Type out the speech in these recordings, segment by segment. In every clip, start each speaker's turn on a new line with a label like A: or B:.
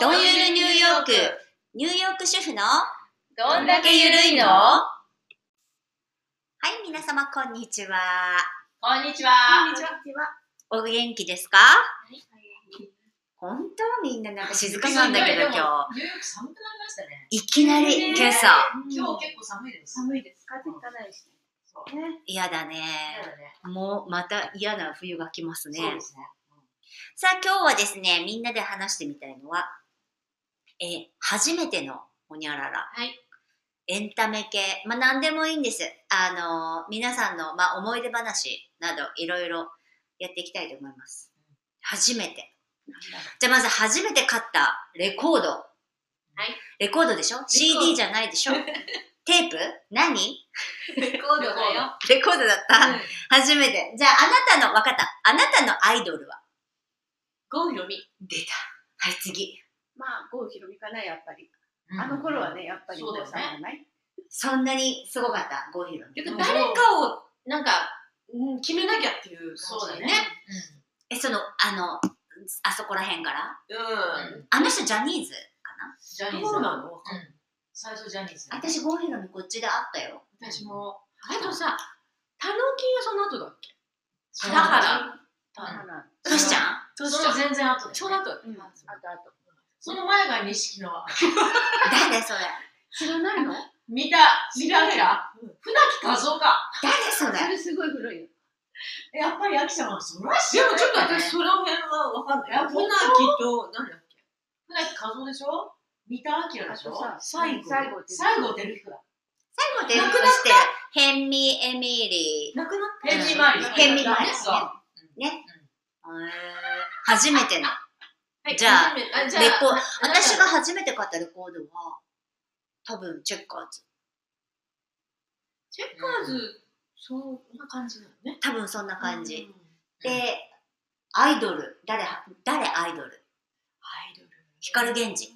A: どんゆるニューヨーク、ニューヨーク主婦の
B: どんだけゆるいの
A: はい、皆様こんにちは。
B: こんにちは。
A: お元気ですか本当みんななんか静かなんだけど
B: でも
A: 今日。
B: ニューヨーク寒くなりましたね。
A: いきなり今朝。
B: 今日結構寒いです。
C: 寒いです。風邪ひかないし。
B: そう
C: ね。
A: 嫌だね。
B: 嫌だね。
A: もうまた嫌な冬が来ますね。
B: そうですね。
A: さあ今日はですね、みんなで話してみたいのは、えー初めてのほにゃらら。
B: はい
A: エンタメ系、まあ何でもいいんです。あのー皆さんの、まあ、思い出話などいろいろやっていきたいと思います。初めて。じゃあまず初めて買ったレコード。レコードでしょ ?CD じゃないで しょテープ何
B: レコードだよ。
A: レコードだった、初めて。じゃああなたの、わかった。あなたのアイドルは
B: ゴーヨミ。
A: 出た。はい、次。
C: まあ、郷ひろみかな、やっぱり。
B: うん
C: あの頃は。ね、やっぱり
B: そうだよ
C: 郷
B: ね
C: さんじゃない。
A: そんなにすごかった、ゴヒロミ。
B: 結局誰かをなんかうん決めなきゃっていう感じだよね。
A: え、その、あの、あそこら辺から
B: うん。
A: あの人ジャニーズかな
B: ジャニーズ。
C: どうなの
B: うん最初ジャニーズ。
A: 私、ゴヒロミこっちで会ったよ。
B: 私も。あとさ、タノキンはその後だっけ
C: 田
B: 田原。
C: 原。
A: トシちゃん
B: その全然後だよね。
C: ちょうど後。
B: うん
C: あとあと。
B: その前が錦野。
A: 誰それ
C: 知らないの
B: 見た、見られた船木和夫か。
A: 誰 そ
C: そ
A: れ
C: れすごい古いよ。
B: やっぱりアキちゃんはそらしい。
D: でもちょっと私その辺はわかんない。
B: 本
D: 船木と、なんだっけ
B: 船木和夫でしょ三田明でしょ
C: あとさ
B: 西郷。
C: 西郷照彦
B: 西郷照彦だ。
A: 最後で言うとして、ヘンミエミリー。
B: 亡くなった
D: ヘンリーマリー
A: ヘンリーマリー
B: そうは
A: へー初めての。
B: い
A: じゃあ
B: 初めてあじゃ
A: レコ
B: あ、
A: 私が初めて買ったレコードは、多分、チェッカーズ。
B: チェッカーズ、そんな感じなのね。
A: 多分そんな感じ。
B: うん。
A: で、アイドル。誰、誰アイドル
B: アイドル。
A: 光源氏。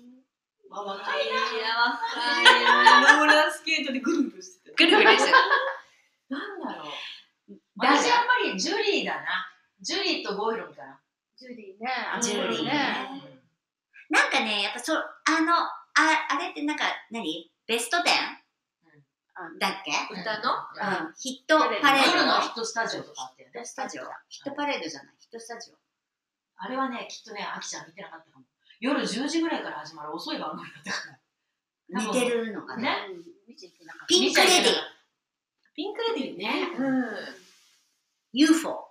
B: わ若いな。
D: ローラースケートでぐるぐるして
A: グルグルです。
B: なんだろう。
A: 誰
B: 私やっぱりジュリーだな。ジュリーとゴイロンかな。
C: ジュリーね。
A: ジュリーね
C: ね。
A: なんかね、やっぱそ、あの、ああれってなんか何、ベスト 10?
C: うん
A: だっけ、
B: うん
D: 歌の
A: うん、ヒットパレー
C: パレ
B: 夜
A: ド
B: の
A: の
B: ヒットスタジオとかあったよね。
A: スタジオヒットパレードじゃない、ヒットスタジオ。
B: あれはね、きっとね、あきちゃん見てなかったかも。夜10時ぐらいから始まる遅い番組だったから。
A: 似てるのかな、
B: ね
C: うん。見ていけなかった。
A: ピンクレディ、
B: ピンクレディーね。
D: うん。うん。
A: UFO、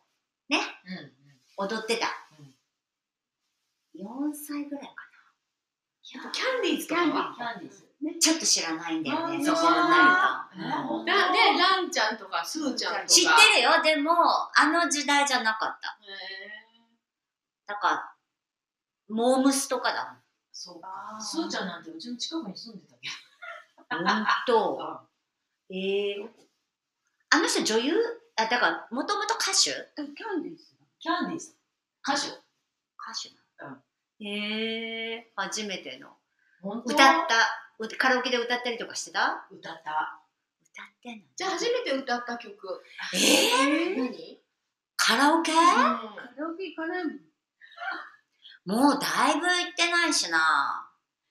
B: うん。
A: 踊ってた。
B: うん
A: 4歳ぐらいか
C: キャンディーズキャンディー
B: キャンディーズ。
A: な。ちょっと知らないんだよね、
B: あー
A: そこになると。
B: うん
D: なんで、ランちゃんとかスーちゃんとか。
A: 知ってるよ、でも、あの時代じゃなかった。だから、モームスとかだもん。
B: そうか。
C: あー
B: すーちゃんなんてうちの近くに住んでたけ
A: 本当。ええあの人女優あだからもともと歌手歌
C: キャンディーズ。
B: キャンディーズ。歌手。
A: 手なの、ええ初めての
B: 本当
A: 歌ったうカラオケで歌ったりとかしてた
B: 歌った。
A: 歌ってんの
D: じゃあ初めて歌った曲。
A: ええ
D: 何
A: カラオケ
C: カラオケ行かないもん。
A: もうだいぶ行ってないしな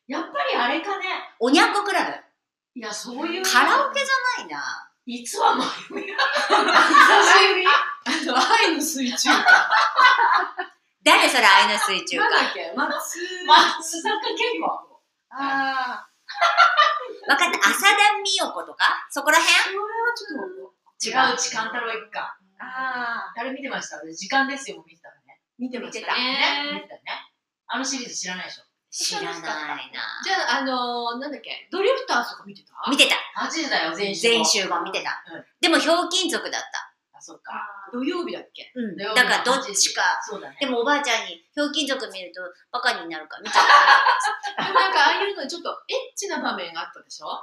B: やっぱりあれかね。
A: おにゃんこクラブ
B: いや、そういう。
A: カラオケじゃないない
B: つはまゆみ。
D: あの、愛の水中歌。
A: 誰それ愛の水中
D: なん
A: か
D: だっけ松。
B: 松坂健吾。
C: ああ。
A: 分かった浅田美代子とかそこら
B: それはちょっと。違
A: 辺
B: う、時間太郎一家。
C: ああ。
B: 誰見てました時間ですよ、もう見てたのね。
C: 見てま
D: 見
C: してた。
D: た
B: ね見
D: ね。
B: てたね。あのシリーズ知らないでしょ。
A: 知らないな
D: じゃあ、あの、なんだっけドリフターズとか見てた
A: 見てた
B: 8時だよ、全集合。
A: 全集合見てた、
B: うん
A: でもひょうきん族だった
B: あ、そっか。
D: 土曜日だっけ
A: う
B: 土
A: ん、だ
B: 曜
A: か
B: 日の
A: らどっちか。
B: そうだね。
A: でもおばあちゃんに、ひょうきん族見るとバカになるから見ちゃっ
D: なんかああいうのちょっとエッチな場面があったでしょ
B: あ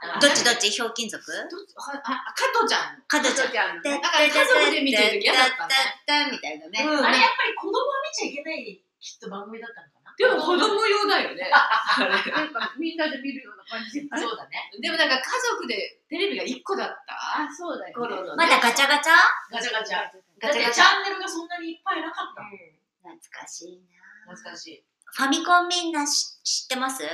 A: た。どっちどっちひょうきん族
D: どっちあ、あ加藤ちゃん。
A: 加トちゃん。
C: ちゃん
D: なんか家族で見てる時嫌だったね
A: だだだだみたいなね。
D: うん
B: あれやっぱり子供は見ちゃいけないきっと番組だったのかな。
D: でも子供用だよ ね。
C: なんかみんなで見るような感じじゃない
B: そうだね。
D: でもなんか家族でテレビが1個だった
C: あ、そうだよ、ね。
D: 頃のね。
A: まだガチャガチャ
B: ガチャガチャ。だっ
A: ガチャ
B: て
A: ガ
B: チ
A: チャ。
B: ャンネルがそんなにいっぱいなかった。
A: 懐かしいな。
B: 懐かしい。
A: ファミコンみんなし知ってます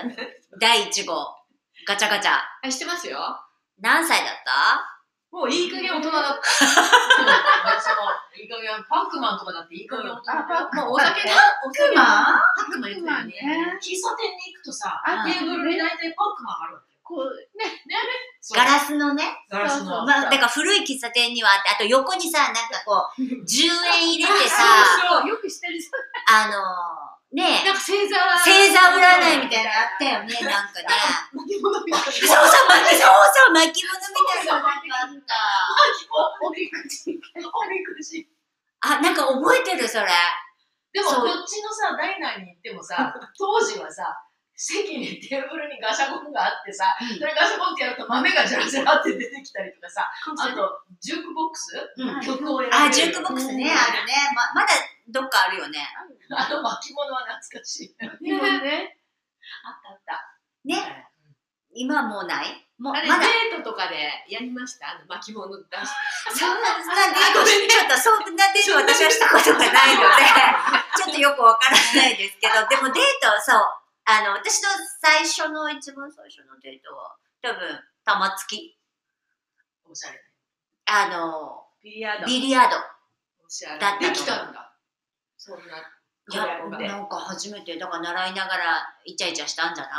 A: 第1号。ガチャガチャ。
D: あ、してますよ。
A: 何歳だった
D: もういい加減大人だった。
B: 私もいい加減パックマンとかだっていい加減大人だよ。
D: もうお酒だ。
C: パ
D: お
C: ックマン
D: パックマンやってたよね。
B: 喫茶店に行くとさ、
C: あ
B: テーブルに大体パックマンあるわけよ。
C: こうね、
B: そう
A: ガラスのね。
B: ガラスの。
A: まあ、だから古い喫茶店にはあって、あと横にさ、なんかこう、10円入 れてさ、
C: そうよくしてるじ
A: あのー、ね
D: なんか星座。
A: 星座占いみたいなのあったよね、なんかね。
D: 巻物みたいな
A: そうそう、巻き、そうそう、巻き物みたいなのなんかあっ
C: ゃん。おみくじ。
B: おみくじ。
A: た。あ、なんか覚えてる、それ。
B: でも
A: そう
B: こっちのさ、ダイナーに行ってもさ、当時はさ、席にテーブルにガシャゴンがあってさ、
A: うん
B: それガシャゴンってやると豆がジャラジャラって出てきたりとかさ、あと、ジュークボックス、
A: うん
B: 曲を選べる
A: あ、ジュークボックスね、あるね。ま、まだどっかあるよね。
B: あの巻物は懐かしい。あっ
C: でもね、
B: たあった。
A: ね、今はもうないもう、ま
D: あ
A: だ
D: れ、。デートとかでやりましたあの巻物出して。
A: そんな、そんなデートし、ちょっとそんなデート私はしたことがないので、ちょっとよくわからないですけど、でもデート、そう、あの、私の最初の、一番最初のデートは、多分、玉突き。
B: おしゃれ。
A: あの、
C: ビリヤード。
A: ビリヤード。
D: おしゃれ
A: だった
D: できたんだ。そんな。
A: いや、
D: 子が
A: なんか初めて、だから習いながらイチャイチャしたんじゃない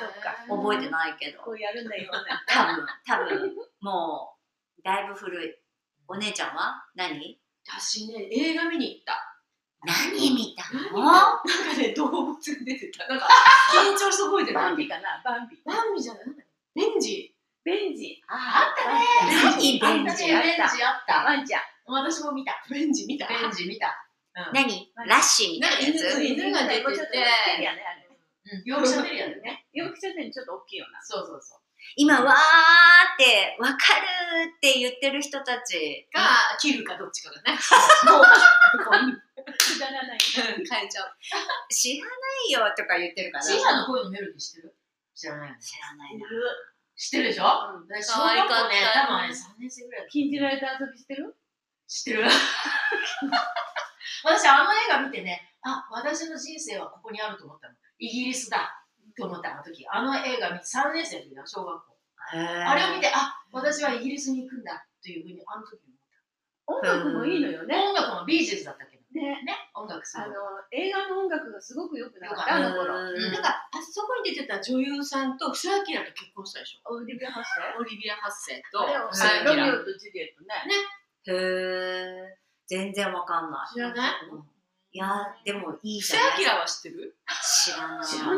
C: そっか
A: 覚えてないけど。
C: こうやるんだよ。
A: 多分、多分、もう、だいぶ古い。お姉ちゃんは何
D: 私ね、映画見に行った。
A: 何見たの
D: なんかね、動物が出てた。なんか、緊張して覚えてる。
C: バンビかな、バンビ。
D: バンビじゃないなんだっけベンジ。
C: ベンジ。
B: あったね
A: 何ベン
B: ベン
A: ジ
B: ジあった。
C: ワンちゃん。
B: 私も見た。
D: ベンジ見た。
B: ベンジ見た。うん
A: 何ラッシーみたいなや
D: なんか
A: つ
D: 犬犬が出て
C: も
D: て
C: うちょっと大きいやね、あれ。
B: うん、よく喋るやつね。
C: よくちょっとちょっと大きいよな。
B: そうそうそう。
A: 今、わーって、わかるって言ってる人たち。
D: か、切るかどっちかだね。
C: くだらない。
D: 変えちゃう。
A: 知らないよとか言ってるから。
B: シー
A: 知
B: シャの声のメロディー知ってる知らないよね。
A: らないな。
B: 知ってるでしょ
C: うん
B: 私
D: 可愛かった
B: 小学校ね、多分ね、3年生ぐらいだった
C: 禁じられた遊びしてる
B: 知ってる 私あの映画見てねあ私の人生はここにあると思ったのイギリスだと思ったあの時あの映画見て3年生の時だ小学校あ
A: あ
B: れを見てあ私はイギリスに行くんだというふうにあの時に
C: 音楽もいいのよね。
B: 思った音楽もビージェズだったけど
C: ね。
B: ね音楽すご
C: あ
B: い
C: の、映画の音楽がすごく良くなか
B: 良
C: った、
B: か
C: あ
B: っ
C: の頃。
A: う
D: なん
A: ん
D: か、あそこに出てた女優さんと、布施明と結婚したでしょ。
C: オリビア発生
D: オリビア・ハッセイと
C: あれを
D: 布施
B: うん
C: ロ
D: 明。
C: ミオとジュリエットね。
A: へー。全然わかんない。
D: 知らない
A: いやー、でもいい
D: 布
A: じ
D: 施
A: ゃない
D: 明は知って る
A: 知らない。
C: 知らない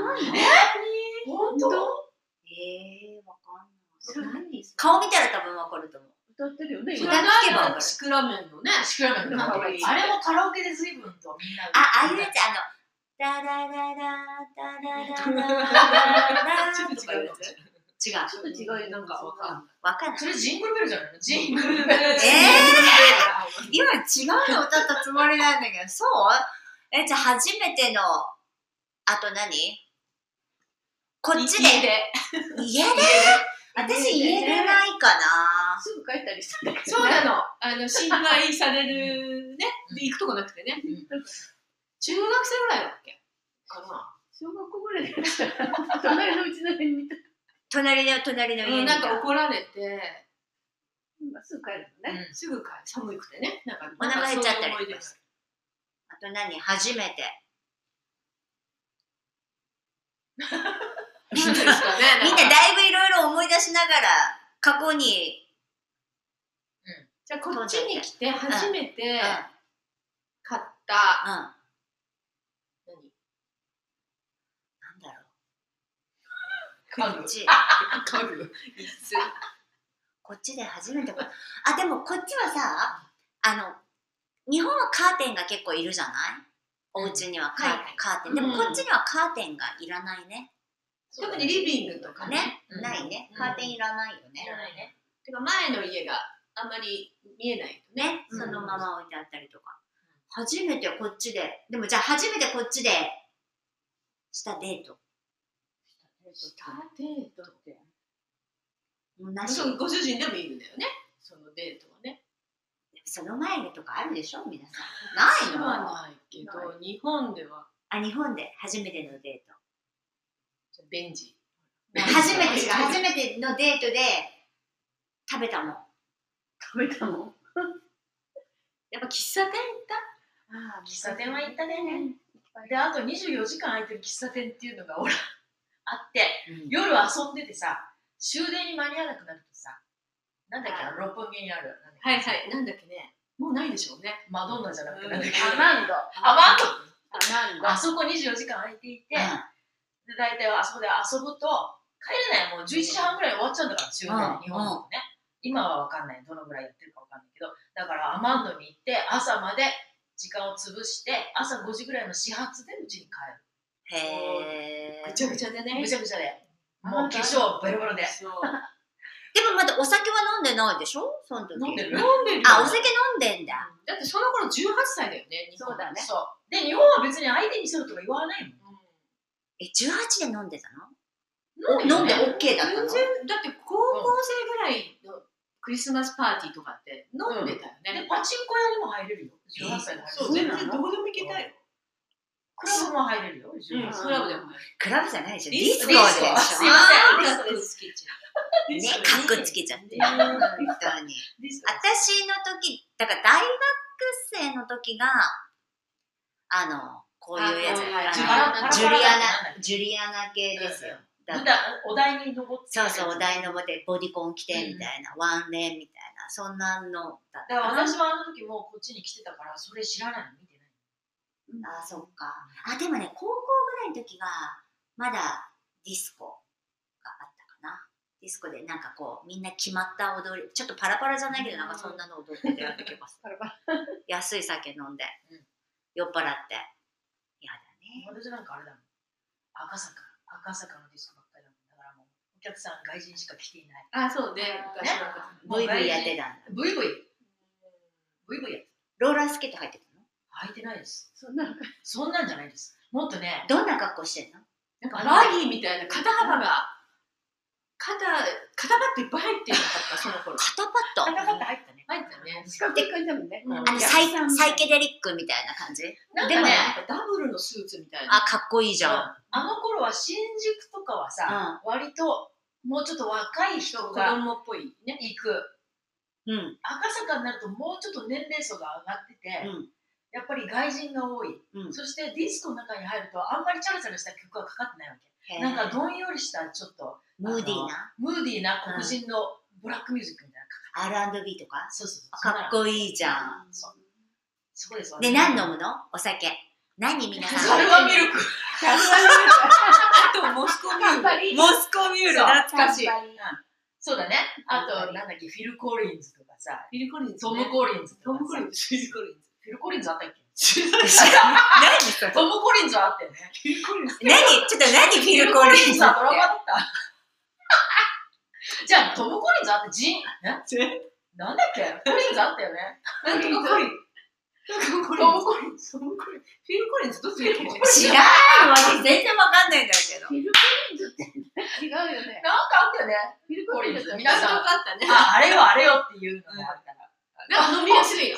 C: の
B: 本
D: 当
A: えー、わかんない。
D: 何
A: 顔見たら多分わかると思う。
C: 歌ってるよね、
D: 知
A: 知
C: 今。
A: ら
D: ら
A: な
D: ないいよ、シクラメンのね。
B: シクラメンの
D: か
B: 歌
D: わいい
B: あれもカラオケで随分とみんな
A: あ、ああいう
B: 歌
A: や
B: っ
A: つ、あの、ダダダダダダダダダダ
D: ちょっと違うやつ
A: 違う。
C: ちょっと違うよね
D: なんかわかんない。
A: わかんない
B: そ。れジングルベルじゃないのジングルベル
A: えー、今違うの歌ったつもりなんだけど、そうえ、じゃあ初めての、あと何こっち
D: 家
A: で、
D: で。
A: 家で私家でないかな。
C: すぐ帰ったりしたんだけど
D: そうなの。あの、侵害されるね。で、行くとこなくてね。中学生ぐらいだっけかな。
C: 小学校ぐらいでした ら、隣のうちの辺にいた。
A: 隣の隣の家
D: うん
A: に。
D: なんか怒られて、
C: 今すぐ帰るのね。
D: すぐ帰寒くてね。なんか、
A: お腹減っちゃったり
D: なんかそういう思い出
A: とかしてあと何初めて。
D: みんなですかね。
A: みんな
D: なんか
A: だいぶいろいろ思い出しながら、過去に、
D: じゃあこっちに来て初めて買った、
A: うん。なん
D: 何
A: だろ
B: 家
A: う。こ
B: 具
A: っち、
D: 家具椅子
A: こっちで初めてこ。あ、でもこっちはさ、あの、日本はカーテンが結構いるじゃないお家にはカ,、
D: はいはい
A: カーテン。でも
D: うん
A: こっちにはカーテンがいらないね。
D: 特にリビングとかね
A: ね、
B: うん
A: ないね
D: う。ん
A: カーテンいらないよね
D: い。らないねてか前の家があんまり見えないと
A: ね、
D: ねうん
A: そのまま置いてあったりとか。初めてこっちで、でもじゃあ初めてこっちでしたデート。
C: デートって。
A: もうなし。
D: そうご主人でもいいんだよねそのデートはね
A: その前にとかあるでしょ皆さん。ないの
D: はないけど日本では
A: あ、日本で初めてのデート。
D: ベンジ
A: 初めてしか、
D: 初
A: 初めてのデートで食べたもん。
C: 食べたの
D: やっぱ喫茶店行った
C: あ
B: 喫茶店は行ったね。で、あと24時間空いてる喫茶店っていうのが、ほら、あって、夜遊んでてさ、終電に間に合わなくなるとさ、なんだっけ、あの六本木にある、なんだっけ
D: はいはいなんだっけねもうないでしょうね
B: マドンナじゃなくて、なんだっけ、
C: アマンド。
B: アマンド
C: アマンド。
B: あそこ24時間空いていて、で大体あそこで遊ぶと帰れないもう11時半ぐらいで終わっちゃうんだから終電、
A: うん
B: 日本だとね、今は分かんないどのぐらい行ってるか分かんないけどだからアマンドに行って朝まで時間を潰して朝5時ぐらいの始発でうちに帰
A: へー
D: ぐちゃぐちゃで
B: る
D: ね
B: ぐちゃぐちゃで
C: うん
B: もう化粧ボロボロで
D: そう
A: でもまだお酒は飲んでないでしょその時。
B: 飲んでる
D: 飲んでる
A: あ、お酒飲んでんだ。
D: だってその頃18歳だよね日
C: そ
D: 本
C: うだね
B: そうで日本は別に相手にするとか言わないもん
A: え、18で飲んでたの
D: うん
A: 飲んで OK だったの
D: 全然だって高校生ぐらいのクリスマスパーティーとかって飲んでたよ
B: で
D: ね、
B: パチンコ屋にも入れるよ18歳で
D: そう
B: 入れ
D: 全
B: る
C: なの
D: 然どこでも行けたよ、
B: クラブも入れるよ
D: うん
B: 18歳、
D: クラブでも入る
A: クラブじゃないでしょ。ディ
D: ディ
A: スコ
D: ス
B: ディスコすいません
A: でしょ。
D: コあーかっこつけちゃう
A: ね、かっこつけちゃって。
B: うん
A: 本当に。
B: ディスコ
A: 私の時、だから大学生の時が、あの、こういうやつ、
D: あ
A: あの
D: の
A: ジュリアナ、ジュリアナ系ですよ。だ
B: 普段お題に登って
A: そうそう、お題のぼってボディコン着てみたいな、ワンレンみたいな、そんなのだった
B: だから
A: かな。
B: 私はあの時もうこっちに来てたからそれ知らないの見てない
A: あー、そっか。あ、でもね、高校ぐらいの時が、まだディスコがあったかな。ディスコでなんかこう、みんな決まった踊り、ちょっとパラパラじゃないけど、なんかそんなの踊っててやってきます。
C: パラパラ
A: 安い酒飲んで、
B: うん
A: 酔っ払って。やだね。
B: 私なんかあれだもん赤坂赤坂のディスコばっかりだもんだからもうお客さん外人しか来ていない
D: あそうね昔は
A: ブイブイやってたんだ。
B: ブイブイブイブイやって
A: ローラースケート入ってた
B: 履いてないです
C: そんな
B: そんなんじゃないですもっとね
A: のどんな格好してんの
D: なんかバギーみたいな肩幅が肩肩パッドいっぱい入ってなかったその頃
A: 肩パ
B: カ
A: ッ
B: タカタ入ったね
D: 入ったね
C: 四角い感じだもんね。
D: う
A: ド
D: ん
A: あのサイサイケデリックみたいな感じ
B: なん
A: で
B: か
A: も
B: ね
A: ね
D: なんかダブルのスーツみたいな
A: あ、かっこいいじゃん。
B: うんあの頃は新宿とかはさ、割ともうちょっと若い人
D: 子
B: が
D: 供っぽいね
B: 行く
A: うん。うん。
B: 赤坂になるともうちょっと年齢層が上がってて、
A: うん
B: やっぱり外人が多い、
A: うん
B: そしてディスコの中に入るとあんまりチャラチャラした曲はかかってないわけ、なんかどんよりしたちょっと
A: ムーディーな
B: ムーディーな黒人のブラックミュージックみたいなのかか
A: R&B とか
B: そうそうそう
A: かっこいいじゃ
B: ん
A: ん。
B: そうそうです
A: で、何飲むのお酒。何皆さ
B: カ
A: ん。
B: ルワミルク
D: あとモスコミュールモスコミュール懐かしい
B: そうだねあとなんだっけフィル・コリンズとかさ
D: ビル・コリンズ
B: ト
D: ね
B: ム・コリンズと
D: ト
B: かさ
D: ム・コリンズビル・コリンズ
B: フィル・コリンズあったっけ
A: 何それ
B: トム・コリンズはあったよね
D: ビル・コリンズ
A: 何ちょっと何フィル・コリンズ
B: さ
A: っ
B: ドラマだった。 じゃあ、トム・コリンズあって、ジン、えなんだっけコリンズあったよね。
D: なんとかコリンなんとかコリン
B: トム・コリンズ。
D: トム・コリンフィル・コリンズどっちだっけ
A: て知らないわけ全然わかんないんだけど。
C: フィルコリンズって違うよね。
B: なんかあったよね。
C: フィルコリンズ
B: コリンズ皆
C: だ
D: な
B: さ
D: ん
B: ん
D: とかあったね
B: あ、あれよあれよっていうのもあったら。
D: なんか飲みやすいよ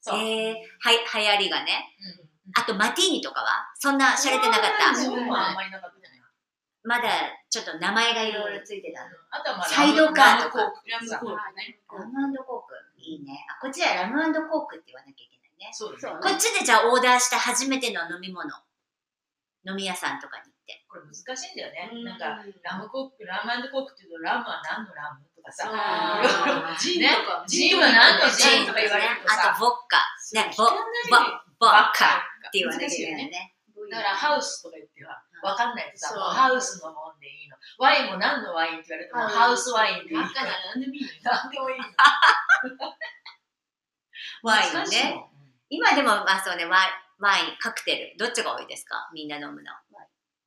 B: そう。
A: えー、はい、流行りがね。
B: うん
A: あと、マティーニとかはそんな洒落てなかっ
B: 日
A: た。
B: 本はあんまりなかったじゃない。
A: まだ、ちょっと名前がいろいろついてた。
B: あとはまあ、
A: サイドカーとか
B: ラムコーク
D: ラムコールね
A: ラムコーク。いいね。あ、こっちはラムコークって言わなきゃいけないね。
B: そうですね
C: そう。
A: こっちでじゃあオーダーして初めての飲み物飲み屋さんとかに行って
B: これ難しいんだよね。なんか、ラムコーク、ラムコークっていうと、ラムは何のラムとかさ。
D: あ
B: いろいろ
D: ージンとか
B: ジンは何のジン
A: ジン
B: とか
A: とか
B: 言
A: 言
B: わ
A: わ
B: れる
A: れる
B: と
A: と
B: さ
A: さあとボッカねボ
D: バ
A: ボッ
B: バ
A: カって
D: って
A: 言わなきゃいけないよね
B: だからハウスとか言っては
A: うん
B: わかんないとさ、
D: そう
B: もうハウスのもんでいいの。ワインも何のワインって言われても
C: うん
B: ハウスワインでいい
D: バ
B: の。
D: カなら何でもいいよ
B: 何でもいいの。
A: ワイン
B: 難しい
A: ね
B: もん。
A: 今でもまあそうねワインワインカクテルどっちが多いですかみんな飲むの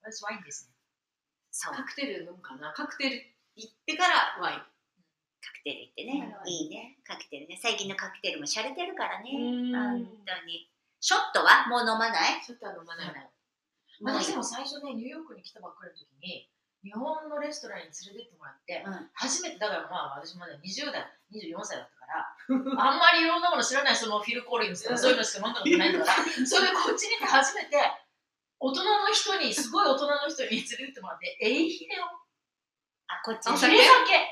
B: 私ワインですね。
A: そうカ
D: カ
A: ク
D: クテル飲むかなカクテル行ってからワイン
A: テルってね
C: うん
A: いいねカクテルね最近のカクテルも洒落てるからね
D: うん
A: 本当にショットはもう飲まない
D: ちょっとは飲まない
A: もう
B: 私も最初ね、ニューヨークに来たばっかりの時に、日本のレストランに連れてってもらって、
A: うん
B: 初めて、だからまあ私まだ20代、24歳だったから、あんまりいろんなもの知らない、そのフィル・コーリンズとかそういうのしか飲んだことないから、それでこっちに来て初めて、大人の人に、すごい大人の人に連れてってもらって、えいひれを、
A: あこっち
B: お
D: お
A: で
B: 酒
D: 酒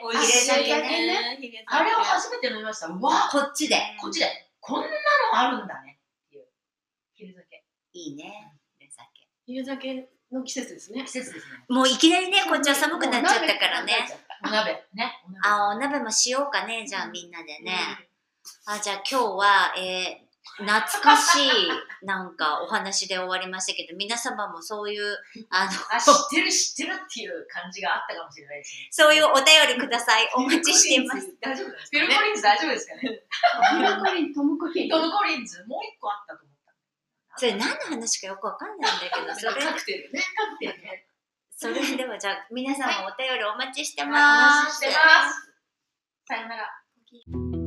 D: お
A: 入れ酒
D: ね。
B: あれを初めて飲みました。わあ、
A: こっちで
B: こっちで、こんなのあるんだねっていう、ひれ酒。
A: いいねお酒
D: 昼酒の季節ですね。
B: 季節ですね。
A: もういきなりねこっちは寒くなっちゃったからね。
B: お鍋、ね。お鍋
A: あお鍋もしようかねじゃあみんなでね、あじゃあ今日は、えー懐かしいなんかお話で終わりましたけど皆様もそういうあの
B: あ知ってる知ってるっていう感じがあったかもしれないですね。
A: そういうお便りくださ いお待ちしています。
B: 大丈夫です。フィル・コリンズ大丈夫ですかね。
C: トムコリントムコリン
B: トム・コリンズ、もう一個あったと思った。
A: それ何の話かよくわかんないんだけどそれ
D: カクテルね。
B: だってね、
A: それではじゃあ皆さんお便りお待ちして
B: お
A: ま
B: 待
A: す
B: ちしてます。さよなら。